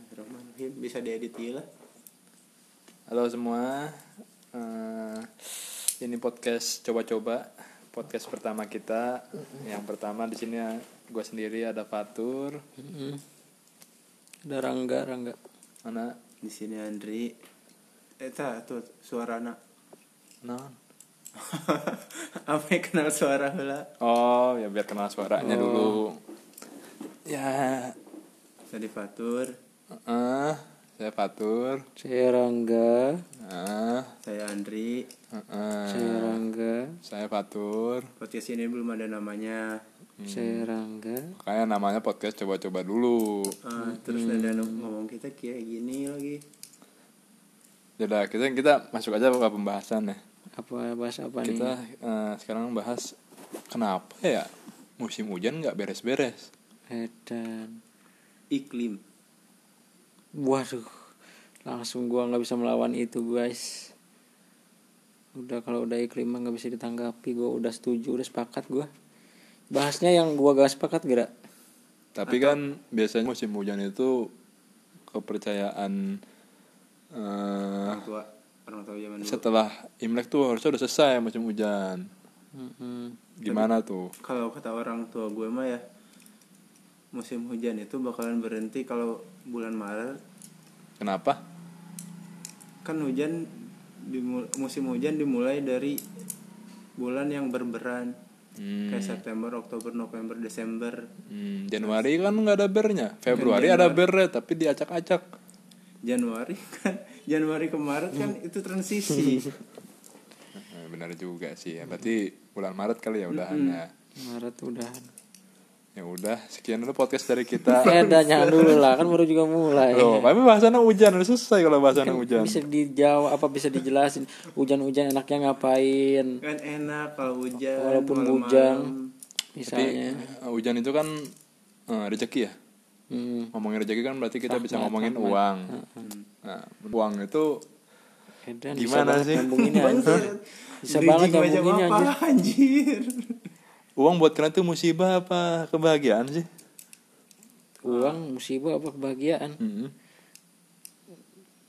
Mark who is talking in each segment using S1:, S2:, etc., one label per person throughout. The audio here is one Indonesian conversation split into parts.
S1: Bismillahirrahmanirrahim bisa diedit ya lah
S2: Halo semua, Eh, ini podcast coba-coba podcast pertama kita. Yang pertama di sini gue sendiri ada Fatur,
S3: Hmm. Ada Rangga, Rangga.
S2: mana
S1: di sini Andri Eta Eh, tuh suara anak
S2: non.
S1: apa yang kenal suara lah
S2: Oh ya biar kenal suaranya
S3: Oh.
S2: dulu. Ya,
S1: Tadi Fatur
S2: eh, saya Fatur,
S3: Saya Rangga,
S2: Eh,
S1: saya Andri
S2: eh, eh.
S3: saya Rangga,
S2: saya Fatur.
S1: podcast ini belum ada namanya
S3: saya Rangga.
S2: Makanya namanya podcast coba-coba dulu.
S1: Eh, terus ada ngomong kita kayak gini lagi
S2: Jadi kita kita masuk aja ke pembahasan ya.
S3: Apa bahas apa
S2: kita
S3: nih?
S2: eh, sekarang bahas kenapa ya musim hujan nggak beres-beres
S3: Edan.
S1: iklim
S3: Waduh. Langsung gua nggak bisa melawan itu, guys. Udah kalau udah iklim mah nggak bisa ditanggapi, gua udah setuju, udah sepakat gua. Bahasnya yang gua gak sepakat gerak.
S2: tapi kan biasanya musim hujan itu kepercayaan eh,
S1: orang tua orang tua zaman dulu
S2: setelah imlek tuh harusnya udah selesai musim hujan gimana tuh
S1: kalau kata orang tua gue mah ya musim hujan itu bakalan berhenti kalau bulan Maret
S2: kenapa
S1: kan hujan dimu- musim hujan dimulai dari bulan yang berberan
S2: Hmm,
S1: kayak September, Oktober, November, Desember.
S2: hmm, Januari kan nggak ada bernya Februari ada bernya tapi diacak-acak
S1: Januari kan Januari ke Maret kan
S3: Hmm.
S1: itu transisi.
S2: Eh, benar juga sih ya berarti bulan Maret kali ya udahan ya
S3: Maret udah.
S2: ya udah sekian dulu podcast dari kita
S3: Eh, Edan jangan dulu lah, kan baru juga mulai.
S2: Loh, tapi bahasannya hujan, udah selesai kalau bahasannya hujan.
S3: Bisa dijawab apa bisa dijelasin hujan-hujan enaknya ngapain?
S1: kan enak kalau hujan
S3: Walaupun
S1: malam-malam.
S3: hujan.
S2: Tapi
S3: misalnya
S2: eh, hujan itu kan eh, rezeki ya.
S3: Hmm,
S2: Ngomongin rezeki kan berarti kita bisa ngomongin uang. Nah, uang itu Gimana
S3: Edan bisa banget
S2: sih?
S3: nyambunginnya,
S1: Iya.
S3: anjir. bisa
S1: Beli
S3: banget
S1: jigme aja
S3: nyambunginnya
S1: apa,
S3: anjir.
S1: anjir.
S2: uang buat kalian itu musibah apa kebahagiaan sih?
S3: uang musibah apa kebahagiaan
S2: Mm-mm.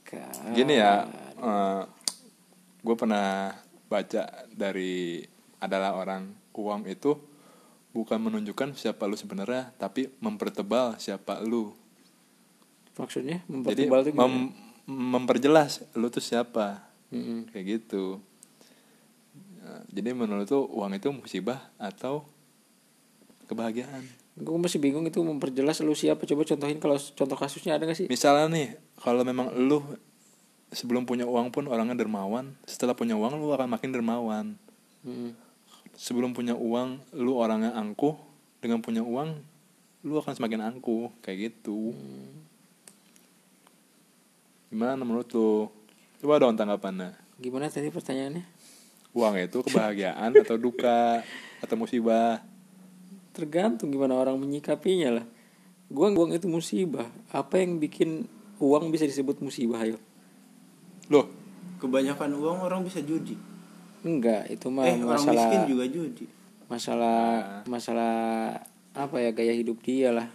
S3: Ka-
S2: Gini ya,
S3: Ah.
S2: gue pernah baca dari adalah orang uang itu bukan menunjukkan siapa lu sebenarnya, tapi mempertebal siapa lu.
S3: maksudnya
S2: Jadi
S3: mempertebal tuh gimana?
S2: mem- memperjelas lu tuh siapa.
S3: Mm-mm.
S2: kayak gitu Nah, jadi menurut tuh uang itu musibah atau kebahagiaan
S3: Gua masih bingung itu memperjelas lu siapa coba contohin kalau contoh kasusnya ada gak sih
S2: misalnya nih kalau memang lu sebelum punya uang pun orangnya dermawan setelah punya uang lu akan makin dermawan
S3: Mm.
S2: sebelum punya uang lu orangnya angkuh dengan punya uang lu akan semakin angkuh kayak gitu gimana menurut lu coba dong tanggapannya
S3: gimana tadi pertanyaannya
S2: uang itu kebahagiaan atau duka atau musibah
S3: tergantung gimana orang menyikapinya lah gua uang itu musibah apa yang bikin uang bisa disebut musibah ayo
S2: loh
S1: Kebanyakan uang orang bisa judi.
S3: enggak itu mah
S1: eh orang
S3: masalah
S1: miskin juga judi.
S3: masalah masalah apa ya gaya hidup dia lah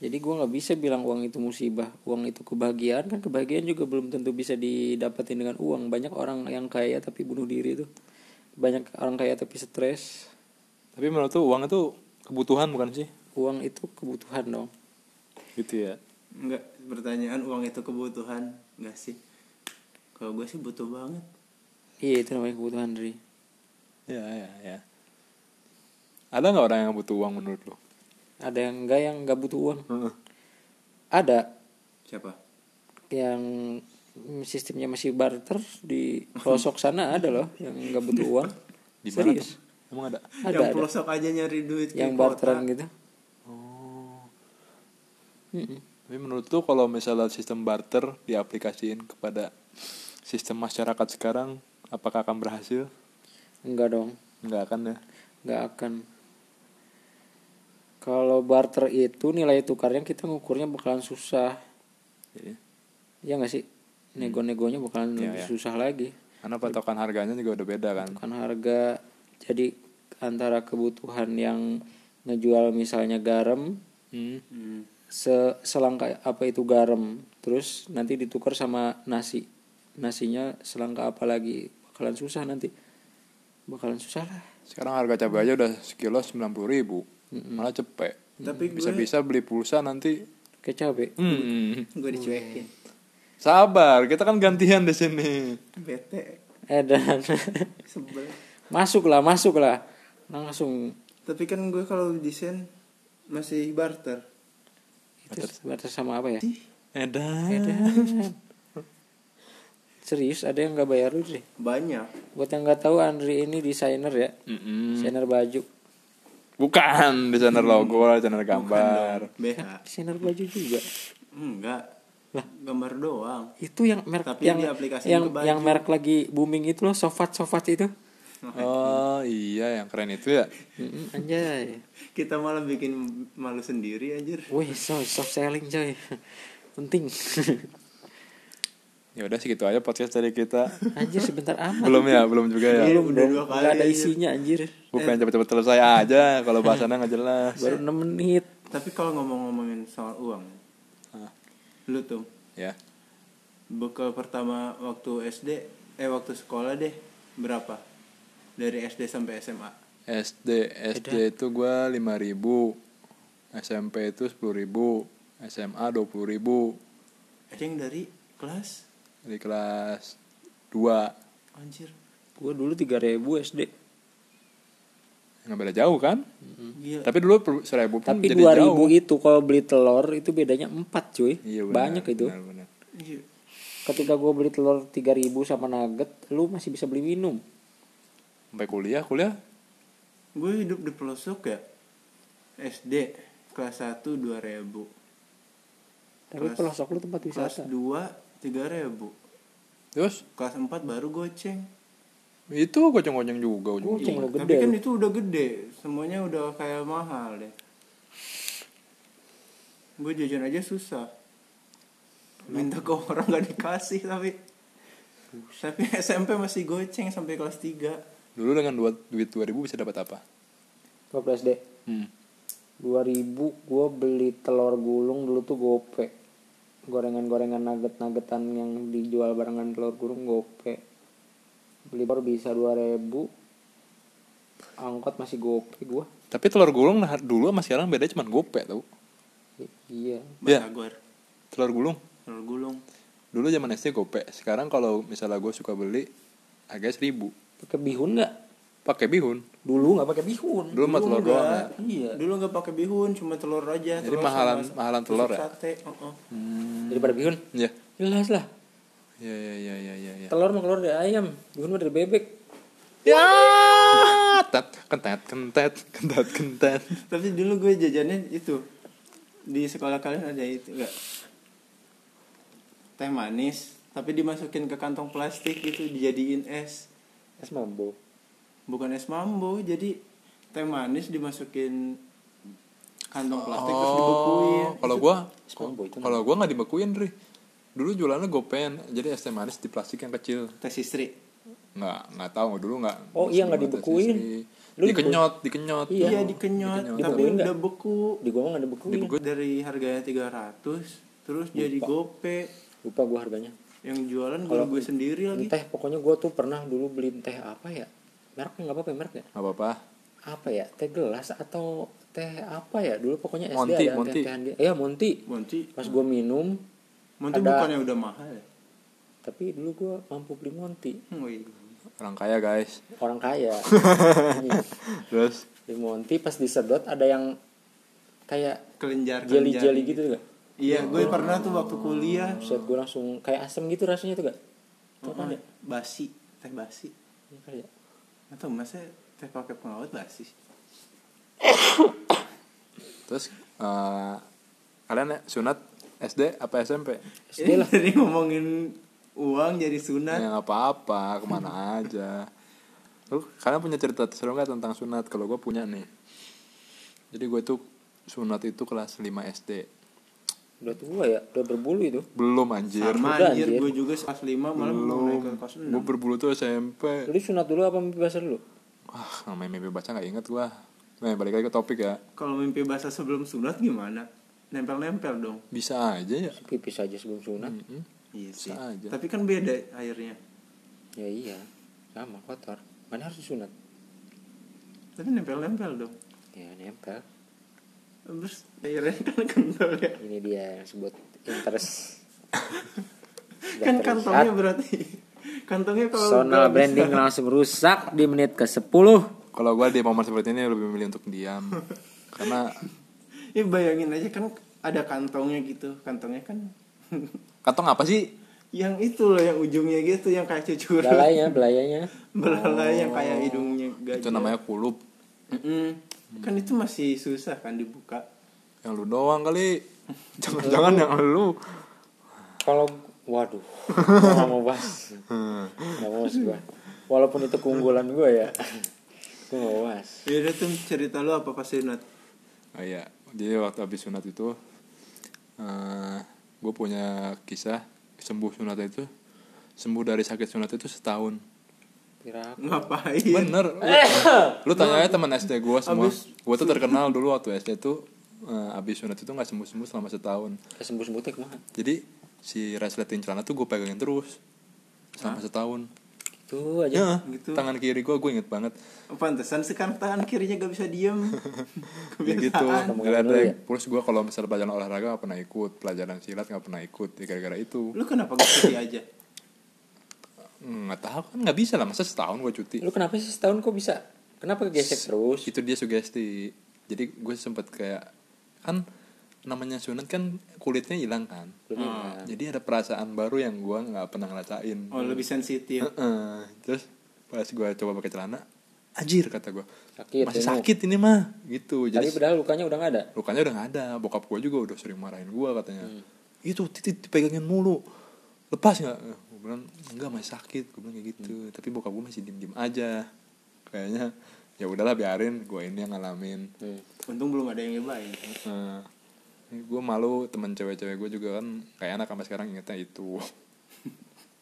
S3: jadi gua nggak bisa bilang uang itu musibah uang itu kebahagiaan kan kebahagiaan juga belum tentu bisa didapatin dengan uang banyak orang yang kaya tapi bunuh diri tuh banyak orang kaya tapi stres
S2: Tapi menurut tuh uang itu kebutuhan bukan sih?
S3: uang itu kebutuhan dong
S2: Gitu ya.
S1: Enggak pertanyaan uang itu kebutuhan enggak sih? Kalau gue sih butuh banget.
S3: iya itu namanya kebutuhan Dri
S2: Ya ya ya. Ada nggak orang yang butuh uang menurut lo?
S3: ada yang enggak yang nggak butuh uang ada
S1: Siapa?
S3: yang mm, sistemnya masih barter di pelosok sana ada loh yang nggak butuh uang
S2: Di mana
S3: Serius?
S2: tuh? Emang ada?
S3: ada
S1: yang
S3: ada.
S1: pelosok aja nyari duit di
S3: yang
S1: kota.
S3: barteran gitu
S2: Oh.
S3: Mm-mm.
S2: Tapi menurut tuh kalau misalnya sistem barter diaplikasiin kepada sistem masyarakat sekarang, apakah akan berhasil?
S3: enggak dong
S2: Nggak akan ya.
S3: nggak akan kalau barter itu nilai tukarnya kita ngukurnya bakalan susah
S2: Jadi,
S3: ya nggak sih
S1: Hmm.
S3: nego-negonya
S2: Iya,
S3: bakalan lebih
S2: iya.
S3: susah lagi
S2: karena patokan harganya juga udah beda kan.
S3: kan harga jadi antara kebutuhan yang ngejual misalnya garam
S2: Hmm.
S1: Hmm.
S3: se selangkah apa itu garam terus nanti ditukar sama nasi nasinya selangkah apa lagi bakalan susah nanti bakalan susah lah
S2: Sekarang harga cabai aja udah sekilo 90.000 ribu Malah cepet
S1: Tapi gue-
S2: Bisa-bisa beli pulsa nanti
S3: kayak capek
S2: Hmm.
S1: gue dicuekin
S2: Sabar, kita kan gantian di sini.
S1: bete
S3: eh dan
S1: sebel
S3: masuklah masuklah langsung
S1: tapi kan gue kalau desain masih barter
S3: itu batas sama apa ya
S2: Edan.
S3: Dan- serius ada yang nggak bayar lu deh
S1: banyak
S3: buat yang nggak tahu Andri ini desainer ya desainer baju
S2: Bukan desainer logo, desainer gambar.
S1: BH
S3: desainer baju juga
S1: enggak gambar doang
S3: itu yang merek
S1: Tapi
S3: yang
S1: diaplikasiin
S3: yang
S1: ke baju.
S3: yang merek lagi booming itu loh sofat sofat itu
S2: Oh iya yang keren itu ya.
S3: Mm-mm, anjay
S1: kita malah bikin malu sendiri anjir
S3: wih so soft selling coy penting
S2: Ya udah segitu aja podcast dari kita.
S3: anjir sebentar amat
S2: Belum ya, belum juga ya.
S1: Belum. Iya, Udah
S3: belum
S1: dua kali,
S3: Iya, nggak ada
S1: anjir.
S3: isinya anjir
S2: Bukan cepet-cepet selesai aja kalau bahasannya nggak jelas.
S3: baru 6 menit
S1: tapi kalau ngomong-ngomongin soal uang
S2: Hah.
S1: lu tuh
S2: Ya.
S1: bekal pertama waktu SD eh waktu sekolah deh berapa dari SD sampai SMA
S2: SD SD itu gua 5000. SMP itu 10000. SMA 20000.
S1: ada yang dari kelas
S2: Di kelas 2
S1: anjir
S3: gua dulu 3000 SD
S2: nggak beda jauh kan?
S1: gila
S2: Tapi dulu per- seribu pun
S3: tapi
S2: jadi
S3: 2000
S2: jauh.
S3: itu kalau beli telur itu bedanya 4 cuy
S2: Iya, benar,
S3: banyak itu
S2: benar, benar.
S1: Iya.
S3: ketika gua beli telur 3000 sama nugget lu masih bisa beli minum
S2: Sampai kuliah, kuliah
S1: gue hidup di pelosok ya SD kelas 1 2000
S3: tapi
S1: Kelas-
S3: pelosok lu tempat
S1: kelas
S3: wisata
S1: 2 3000
S2: terus
S1: kelas 4 baru goceng
S2: itu goceng-goceng juga ujung
S3: Goceng. Cuma
S1: Iya,
S3: gede
S1: tapi kan
S3: lu.
S1: itu udah gede semuanya udah kayak mahal deh gue jajan aja susah minta ke orang gak dikasih tapi tapi SMP masih goceng sampai kelas 3
S2: Dulu dengan dua, duit 2000 bisa dapat apa?
S3: 12 SD
S2: Hmm.
S3: 2000 gua beli telur gulung dulu tuh gope gorengan-gorengan nugget-nuggetan yang dijual barengan telur gulung gope beli baru bisa 2000 angkot masih gope gua
S2: Tapi telur gulung nah, dulu sama sekarang beda cuman gope tau.
S3: I- iya
S2: Iya.
S1: batagor
S2: Telur gulung.
S1: telur gulung
S2: Dulu zaman SD gope. Sekarang kalau misalnya gue suka beli harganya seribu.
S3: pakai bihun nggak
S2: Pakai bihun.
S3: dulu nggak pakai bihun
S2: Dulu mah telur doang ya.
S3: iya
S1: dulu nggak pakai bihun cuma telur aja
S2: Jadi
S1: telur
S2: mahalan-
S1: sama
S2: mahalan telur
S1: tusuk
S2: ya?
S1: sate uh-uh.
S3: daripada bihun
S2: Ya.
S3: jelas lah
S2: Ya ya ya ya ya. ya.
S3: telur mah keluar dari ayam bihun mah dari bebek
S2: Ya. Tet, Kentet kentet kentet kentet.
S1: tapi dulu gue jajannya itu di sekolah kalian ada itu enggak teh manis tapi dimasukin ke kantong plastik gitu dijadiin es
S3: es mambo
S1: bukan es mambo jadi teh manis dimasukin kantong plastik terus dibekuin
S2: Oh, kalau gua
S3: mambo itu
S2: kalau gua nggak dibekuin Ri. Dulu jualannya gopen, jadi es teh manis di plastik yang kecil.
S1: tes istri
S2: Nggak, nggak tahu dulu nggak.
S3: Oh, iya, nggak dibekuin. Lu
S2: Dikenyot, dikenyot.
S3: Iya.
S1: iya dikenyot tapi
S2: Dikenyot.
S3: Dibekuin nggak?
S1: udah beku
S3: di gua mah nggak ada bekuin
S1: Gue dari harganya 300 terus jadi gope
S3: lupa gua harganya
S1: yang jualan guru gue sendiri lagi
S3: teh pokoknya gue tuh pernah dulu beli teh apa ya mereknya nggak apa-apa ya, mereknya
S2: Nggak apa-apa.
S3: apa ya teh gelas atau teh apa ya dulu pokoknya SD
S2: Monty,
S3: ada
S2: Monty.
S3: teh-tehan gitu. iya Monty
S1: Monty
S3: pas gue minum
S1: Monty
S3: Ada-
S1: bukannya udah mahal ya?
S3: tapi dulu gue mampu beli Monty
S1: Hmm, wih.
S2: Orang kaya, guys.
S3: orang kaya
S2: Terus
S3: di Monty pas disedot ada yang kayak
S1: kelenjar
S3: jelly
S1: kelenjar.
S3: jelly gitu tuh gak
S1: iya gue pernah tuh waktu kuliah Oh,
S3: set gue langsung kayak asem gitu rasanya tuh gak Tau
S2: Oh,
S3: kan ya?
S1: basi teh basi
S3: Iya kali ya?
S1: atau masnya teh pakai pengawet basi
S2: terus eh, kalian sunat SD apa SMP?
S3: SD lah
S1: Ini dari ngomongin uang jadi sunat
S2: Ya nggak apa-apa, kemana aja. Lu kalian punya cerita seru nggak tentang sunat? Kalau gue punya nih. Jadi gue tuh sunat itu kelas 5 SD.
S3: udah tua ya udah berbulu itu
S2: Belum anjir.
S1: sama
S3: Udah,
S1: anjir
S3: anjir.
S1: gue juga kelas 5 malah mau naik ke kelas
S2: Gue berbulu tuh SMP.
S3: lu sunat dulu apa mimpi basah dulu
S2: Wah, namanya mimpi baca nggak inget gua. Nah, balik lagi ke topik ya.
S1: 6 kalau mimpi basah sebelum sunat gimana nempel-nempel dong
S2: bisa aja ya Hmm?
S3: pipis aja sebelum sunat
S2: Mm-mm.
S1: iya sih
S2: Bisa aja.
S1: tapi kan beda airnya
S3: ya iya sama kotor mana harus sunat
S1: tapi nempel-nempel dong
S3: ya nempel
S1: terus airnya kan kental ya
S3: ini dia yang sebut interest Sudah
S1: kan
S3: terlihat.
S1: kantongnya berarti kantongnya kalau
S3: Personal
S1: kalau
S3: branding
S1: bisa-
S3: langsung rusak di menit ke-10
S2: kalau gue di momen seperti ini lebih milih untuk diam karena
S1: ya bayangin aja kan ada kantongnya gitu kantongnya kan
S2: kantong apa sih
S1: yang itu loh yang ujungnya gitu yang kayak cucuran
S3: Belalainya, belayanya
S1: belalai yang kayak
S3: Oh.
S1: hidungnya gajah
S2: itu namanya kulup
S1: Mm-mm. kan itu masih susah kan dibuka
S2: yang lu doang kali jangan-jangan yang lu
S3: Kalau, waduh Gak mau bahas Gak mau bahas gue Walaupun itu keunggulan gue ya Gue gak mau bahas
S1: ya udah tuh cerita lu apa pas sunat
S2: Oh iya, jadi waktu habis sunat itu eh gue punya kisah sembuh sunat itu sembuh dari sakit sunat itu setahun.
S3: Pirak
S1: ngapain
S2: Bener. Lu, lu tanya aja teman SD gue
S1: Eh.
S2: semua.
S1: Abis-
S2: Gue tuh terkenal dulu waktu SD tuh eh, abis sunat itu nggak sembuh sembuh selama setahun.
S3: Kesembuh-sembuh teh kemana
S2: Jadi si resleting celana tuh gue pegangin terus selama setahun.
S3: Gitu aja
S2: Ya,
S1: Gitu.
S2: tangan kiri gue gue inget banget.
S1: pantesan sekarang tangan kirinya gak bisa diem
S2: Ya gitu.
S1: kebiasaan
S3: Ngomongin dulu ya.
S2: Gara-gara- Terus gue kalau misalnya pelajaran olahraga nggak pernah ikut, pelajaran silat nggak pernah ikut. Ya gara-gara itu.
S1: lu kenapa gak cuti aja
S2: nggak tahu kan nggak bisa lah masa setahun gue cuti
S3: Lu kenapa sih setahun kok bisa? Kenapa kegesek terus?
S2: itu dia sugesti jadi gue sempet kayak kan namanya sunat kan kulitnya hilang kan
S3: Lu bilang,
S2: jadi ada perasaan baru yang gue nggak pernah ngerasain
S1: oh lebih
S3: iya.
S1: sensitif
S2: Heeh. terus pas gue coba pakai celana anjir kata gue
S3: Sakit
S2: masih
S3: ini.
S2: sakit ini mah gitu jadi
S3: Tapi padahal lukanya udah gak ada
S2: lukanya udah nggak ada bokap gue juga udah sering marahin gue katanya itu titik dipegangin mulu lepas nggak gue bilang enggak masih sakit gue bilang kayak gitu tapi bokap gue masih diem diem aja kayaknya ya udahlah biarin gue ini yang ngalamin
S3: Hmm.
S1: untung belum ada yang nyobain
S2: gue malu temen cewek-cewek gue juga kan kayak anak sampai sekarang ingetnya itu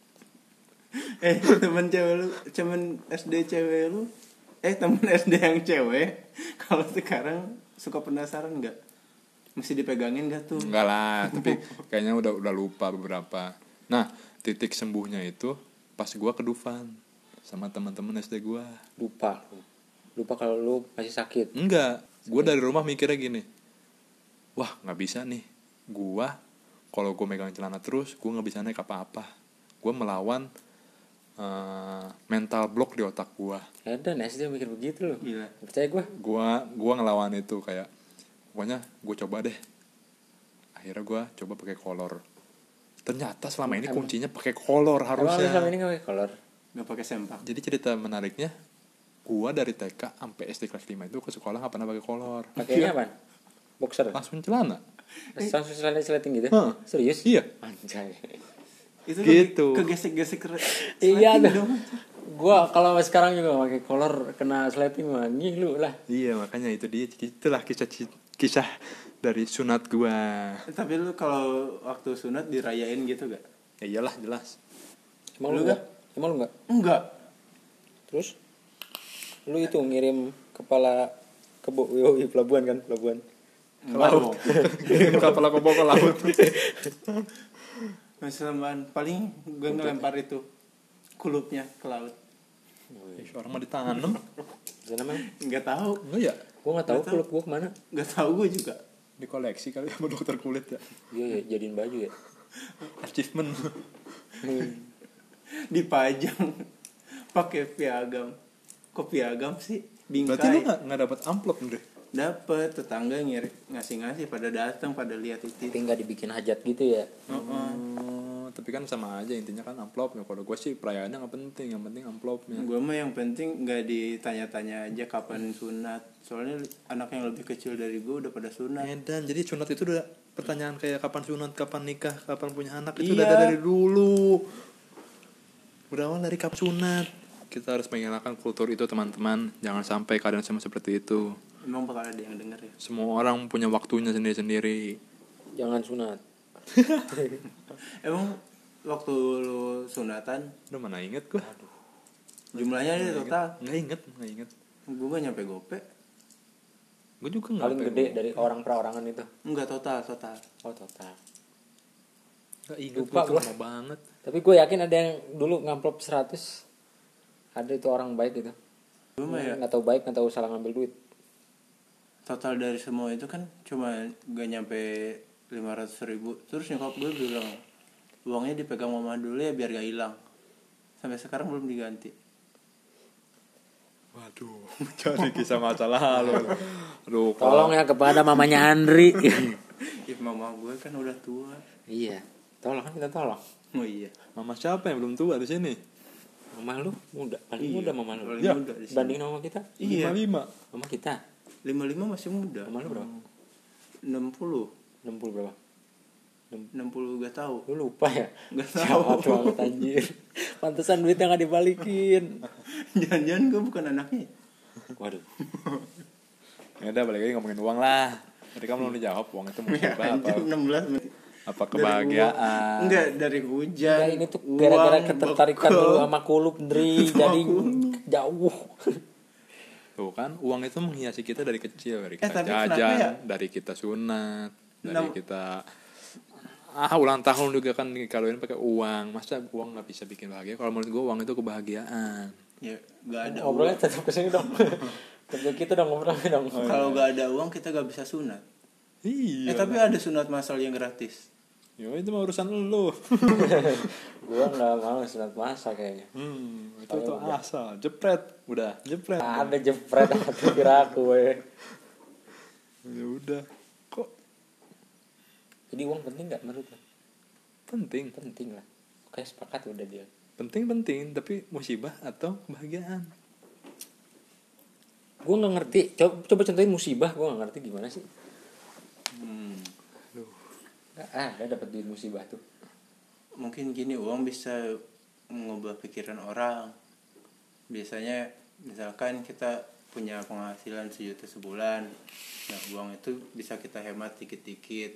S1: eh temen cewek lu temen SD cewek lu eh temen SD yang cewek kalau sekarang suka penasaran nggak mesti dipegangin gak tuh
S2: enggak lah tapi kayaknya udah udah lupa beberapa nah titik sembuhnya itu pas gue ke Dufan sama teman-teman SD gue
S3: Lupa lu. Lupa kalau lu masih sakit
S2: Enggak, gue dari rumah mikirnya gini. Wah nggak bisa nih, gue kalau gue megang celana terus, gue nggak bisa naik apa-apa. Gue melawan eh, mental block di otak gue.
S3: Ada SD yang mikir begitu loh
S1: Gila.
S3: Percaya gue
S2: Gue gua ngelawan itu kayak, pokoknya gue coba deh. Akhirnya gue coba pakai kolor. Ternyata selama ini kuncinya pakai kolor
S3: Emang lu selama
S2: harusnya.
S3: ini gak pakai kolor?
S1: nggak pakai sempak
S2: Jadi cerita menariknya, gue dari TK sampai SD kelas 5 itu ke sekolah nggak pernah pakai kolor.
S3: Pakainya apa? Boxer?
S2: Langsung celana.
S3: Langsung selain selating gitu?
S2: Hah.
S3: Serius?
S2: Iya.
S3: Anjay.
S1: itu
S2: Gitu.
S1: lebih kegesek-gesek re-
S3: Iya
S1: selaiting
S3: dong. Gua kalau sekarang juga pakai kolor kena selating mah anjing lu lah.
S2: Iya makanya itu dia itulah kisah kisah dari sunat gua.
S1: Eh, tapi lu kalau waktu sunat dirayain gitu gak
S2: Ya iyalah jelas.
S3: Emang
S1: Lu
S3: lu enggak? Emang lu enggak?
S1: enggak
S3: Terus lu itu ngirim kepala ke Bo- Yoi, pelabuhan kan, pelabuhan.
S1: enggak dong
S2: Kepala kebo ke laut.
S1: masih lembahan. paling gue ngelempar itu kulupnya ke laut
S2: Orang mah ditanam.
S3: Itu namanya.
S1: nggak tahu
S2: Enggak ya?
S3: Gua enggak tahu kulit gua kemana.
S1: nggak tahu gue juga
S2: Dikoleksi kali sama dokter kulit ya.
S3: Iya, ya, jadiin baju ya.
S2: Achievement.
S1: dipajang pakai piagam kok piagam sih bingkai
S2: Berarti lu nggak nggak dapat amplop deh.
S1: dapat tetangga ngiri ngasih ngasih pada datang pada lihat
S3: Tapi
S1: itu
S3: enggak dibikin hajat gitu ya.
S2: Oh, tapi kan sama aja intinya kan amplopnya. Kalau gua sih perayaannya nggak penting, yang penting amplopnya.
S1: gue mah yang penting nggak ditanya-tanya aja kapan sunat soalnya anak yang lebih kecil dari gue udah pada
S3: Nah.
S1: sunat
S2: Medan, jadi sunat itu udah pertanyaan kayak kapan sunat, kapan nikah, kapan punya anak itu
S1: Iya.
S2: udah ada dari dulu. Berawal dari kap sunat. Kita harus menghilangkan kultur itu teman-teman. Jangan sampai keadaan sama seperti itu.
S1: emang bakal ada yang denger ya
S2: Semua orang punya waktunya sendiri-sendiri.
S3: Jangan sunat.
S1: emang waktu lu sunatan
S2: Udah mana inget gua?
S1: jumlahnya ada total
S3: Ah.
S2: Nggak inget, nggak inget.
S1: gue gak nyampe gope
S2: gue juga nggak
S3: paling
S2: pengen.
S3: gede dari orang perorangan itu
S1: Enggak total, total.
S3: oh total
S2: Nggak ingat
S3: Lupa
S2: gue
S3: gua.
S2: lama banget
S3: tapi gue yakin ada yang dulu ngamplop 100 ada itu orang baik gitu
S1: Gue mah ya
S3: nggak tahu baik nggak tahu salah ngambil duit
S1: total dari semua itu kan cuma gak nyampe 500 ribu. Terus nyokap gue bilang uangnya dipegang mama dulu ya biar gak hilang. Sampai sekarang belum diganti.
S2: waduh cari kisah masa lalu aduh kalau
S3: tolong ya kepada mamanya Andri
S1: Ih, mama gue kan udah tua.
S3: iya tolong kan kita tolong
S1: Oh iya.
S2: mama siapa yang belum tua di sini
S3: mama lu muda paling
S1: Iya,
S3: muda mama lu
S1: paling
S2: Ya.
S1: muda di sini.
S3: banding sama kita
S1: Iya.
S2: lima lima
S3: mama kita
S1: 55 masih muda.
S3: mama lu berapa
S1: Hmm. 60.
S3: 60 berapa
S1: 60 gak tahu.
S3: lu lupa ya
S1: Nggak
S3: Siapa
S1: tahu.
S3: banget anjir pantesan duitnya nggak dibalikin
S1: Jangan-jangan gue bukan anaknya.
S3: waduh
S2: ya udah balik lagi ngomongin uang lah tadi kamu belum dijawab uang itu mau
S3: Iya,
S1: Ya,
S2: apa apa
S1: anjing, 16 menit.
S2: apa
S1: Dari
S2: kebahagiaan
S1: uang. Enggak, dari hujan.
S3: Ya, ini tuh
S1: uang,
S3: gara-gara ketertarikan
S1: bekal.
S3: lu sama kulub Dri
S1: Sama
S3: jadi
S1: kulub.
S3: jauh
S2: Tuh kan uang itu menghiasi kita dari kecil dari
S1: Eh,
S2: kita
S1: tapi kenapa
S2: jajan,
S1: ya?
S2: dari kita sunat, dari
S1: Nam-
S2: kita ah ulang tahun juga kan dikaluin pakai uang. Masa uang nggak bisa bikin bahagia? Kalau menurut gua uang itu kebahagiaan.
S1: Ya, gak ada
S3: ngobrolnya tetap kesini dong tetap kita dong ngobrolnya dong
S1: uang. Kalau gak ada uang kita gak bisa sunat.
S2: Iya.
S1: Eh, tapi ada sunat masal yang gratis.
S2: Ya itu mah urusan lu.
S3: gua nggak mau sunat masa kayaknya
S2: Hmm, itu tuh asal jepret, udah jepret.
S1: Ah.
S3: ada jepret hati kira aku weh.
S2: Ya udah. Kok
S3: jadi uang penting nggak menurut lo
S2: penting?
S3: penting lah oke sepakat udah dia
S2: Penting-penting, tapi musibah atau kebahagiaan?
S3: gua nggak ngerti coba, coba contohin musibah gua nggak ngerti gimana sih Hmm. Nggak ada dapat duit musibah tuh
S1: Mungkin gini uang bisa mengubah pikiran orang. Biasanya misalkan kita punya penghasilan sejuta sebulan. Nah, uang itu bisa kita hemat dikit-dikit.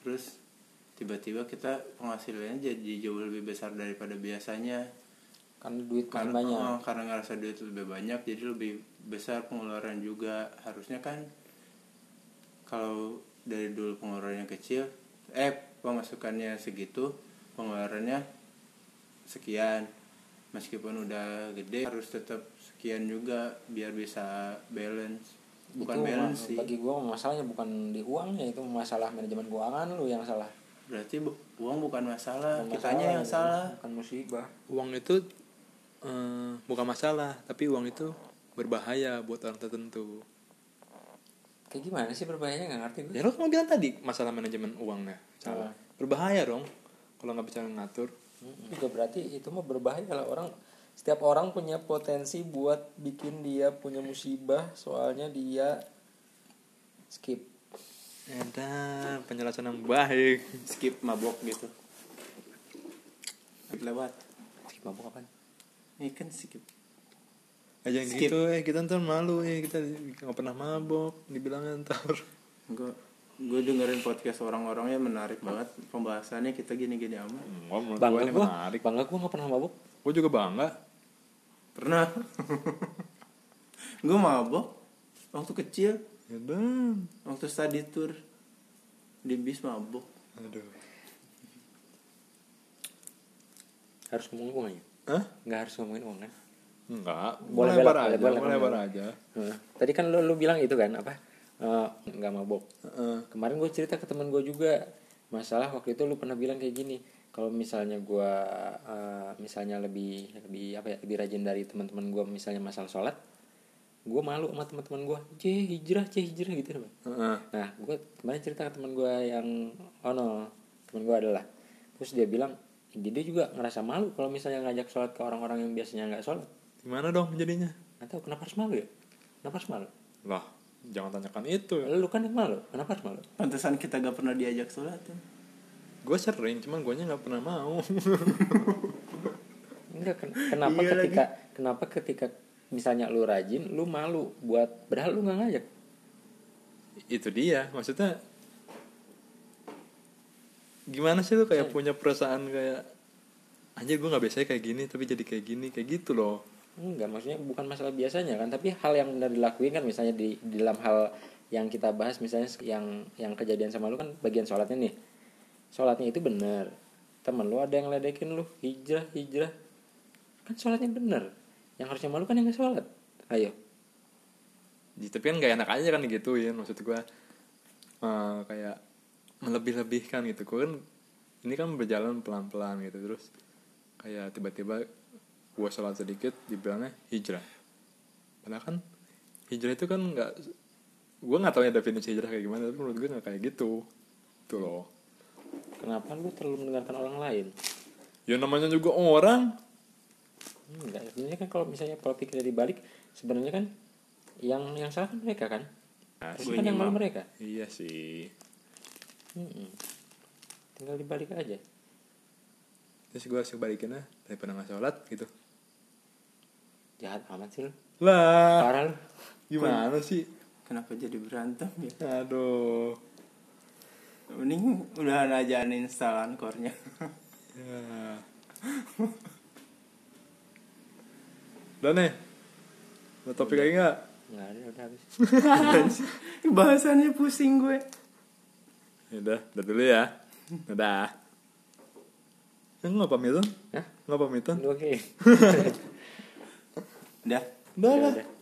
S1: Terus tiba-tiba kita penghasilannya jadi jauh lebih besar daripada biasanya.
S3: kan duit makin
S1: karena
S3: banyak
S1: oh, karena ngerasa duit lebih banyak jadi lebih besar pengeluaran juga harusnya kan kalau dari dulu pengeluarannya kecil eh pemasukannya segitu pengeluarannya sekian meskipun udah gede harus tetap sekian juga biar bisa balance bukan
S3: itu
S1: balance
S3: mah-
S1: sih
S3: bagi gua masalahnya bukan di uangnya itu masalah manajemen keuangan lu yang salah
S1: berarti bu- uang bukan masalah
S3: Bukan
S1: kitanya yang
S3: gitu.
S1: salah
S3: bukan musibah
S2: uang itu eh, bukan masalah tapi uang itu berbahaya buat orang tertentu
S3: kayak gimana sih berbahayanya nggak ngerti gue
S2: ya lo kan bilang tadi masalah manajemen uangnya salah
S3: Salah.
S2: Iya. berbahaya dong kalau nggak bisa ngatur
S3: juga berarti itu mah berbahaya kalau orang setiap orang punya potensi buat bikin dia punya musibah soalnya dia skip
S2: dan Ya penjelasan yang baik
S1: skip mabok gitu skip lewat
S3: skip mabuk apa
S1: ini kan skip
S2: aja yang
S1: Skip.
S2: gitu eh kita ntar malu eh kita nggak pernah mabok dibilangnya ntar
S1: gue gue dengerin podcast orang-orangnya menarik banget pembahasannya kita gini-gini amat
S3: bangga gue bangga gue nggak pernah mabuk
S2: gue juga bangga
S1: pernah gue mabok waktu kecil
S2: ya dan
S1: waktu study tour di bis mabok
S2: aduh
S3: harus ngomongin uang ya
S2: Hah?
S3: nggak harus ngomongin uang kan
S2: Enggak,
S3: Boleh
S2: boleh lebar
S3: belak,
S2: aja,
S3: boleh
S2: boleh
S3: belak.
S2: lebar aja.
S3: Nah, tadi kan lo, lo bilang itu kan apa Eh, nggak mabuk
S2: Heeh.
S3: kemarin gue cerita ke teman gue juga masalah waktu itu lu pernah bilang kayak gini kalau misalnya gue eh, misalnya lebih lebih apa ya lebih rajin dari teman-teman gue misalnya masalah sholat gue malu sama teman-teman gue ceh hijrah ceh hijrah gitu Bang.
S2: Heeh.
S3: nah gue kemarin cerita ke teman gue yang oh no teman gue adalah terus dia bilang jadi dia juga ngerasa malu kalau misalnya ngajak sholat ke orang-orang yang biasanya nggak sholat
S2: Gimana dong jadinya?
S3: nggak tahu kenapa harus malu ya kenapa harus malu
S2: Lah, jangan tanyakan itu. ya.
S3: lu kan yang malu kenapa harus malu
S1: pantesan kita gak pernah diajak sholat ya.
S2: Gue sering, cuman gue nggak pernah mau.
S3: Enggak, ken- kenapa
S1: Iya
S3: ketika kenapa ketika misalnya lu rajin, lu malu buat padahal lu nggak ngajak.
S2: itu dia, maksudnya gimana sih lu kayak punya perasaan kayak anjir gue nggak biasanya kayak gini tapi jadi kayak gini kayak gitu loh
S3: Enggak, maksudnya bukan masalah biasanya kan, tapi hal yang benar dilakuin kan misalnya di, di dalam hal yang kita bahas misalnya yang yang kejadian sama lu kan bagian sholatnya nih sholatnya itu bener temen lu ada yang ledekin lu hijrah hijrah kan sholatnya bener yang harusnya malu kan yang nggak sholat ayo
S2: Ya, tapi kan gak enak aja kan digituin maksud gua eh, kayak melebih-lebihkan gitu gue kan ini kan berjalan pelan-pelan gitu terus kayak tiba-tiba gua sholat sedikit dibilangnya hijrah padahal kan hijrah itu kan nggak gua nggak tahu ya definisi hijrah kayak gimana tapi menurut gue nggak kayak gitu tuh loh
S3: kenapa lu terlalu mendengarkan orang lain
S2: ya namanya juga orang
S3: Hmm, enggak sebenarnya kan kalau misalnya pola pikirnya dibalik sebenarnya kan yang yang salah kan mereka kan Harusnya kan yang malu mereka
S2: iya sih
S3: Mm-mm. tinggal dibalik aja
S2: terus gua harus balikinnya daripada nggak sholat gitu
S3: jahat amat sih lu
S2: lah
S3: parah lu
S2: gimana sih
S1: Kenapa jadi berantem ya?
S2: aduh
S1: Mending udah aja install ankornya.
S2: Ya. Udah nih. Mau topik lagi enggak?
S3: nggak ada udah habis
S1: Bahasannya pusing gue.
S2: Ya udah, udah dulu ya. Udah. Ya, nggak pamitan?
S3: Hah?
S2: Nggak pamitan?
S3: lu oke
S1: Dah.
S2: Udah
S3: Ya
S2: lah.
S3: udah.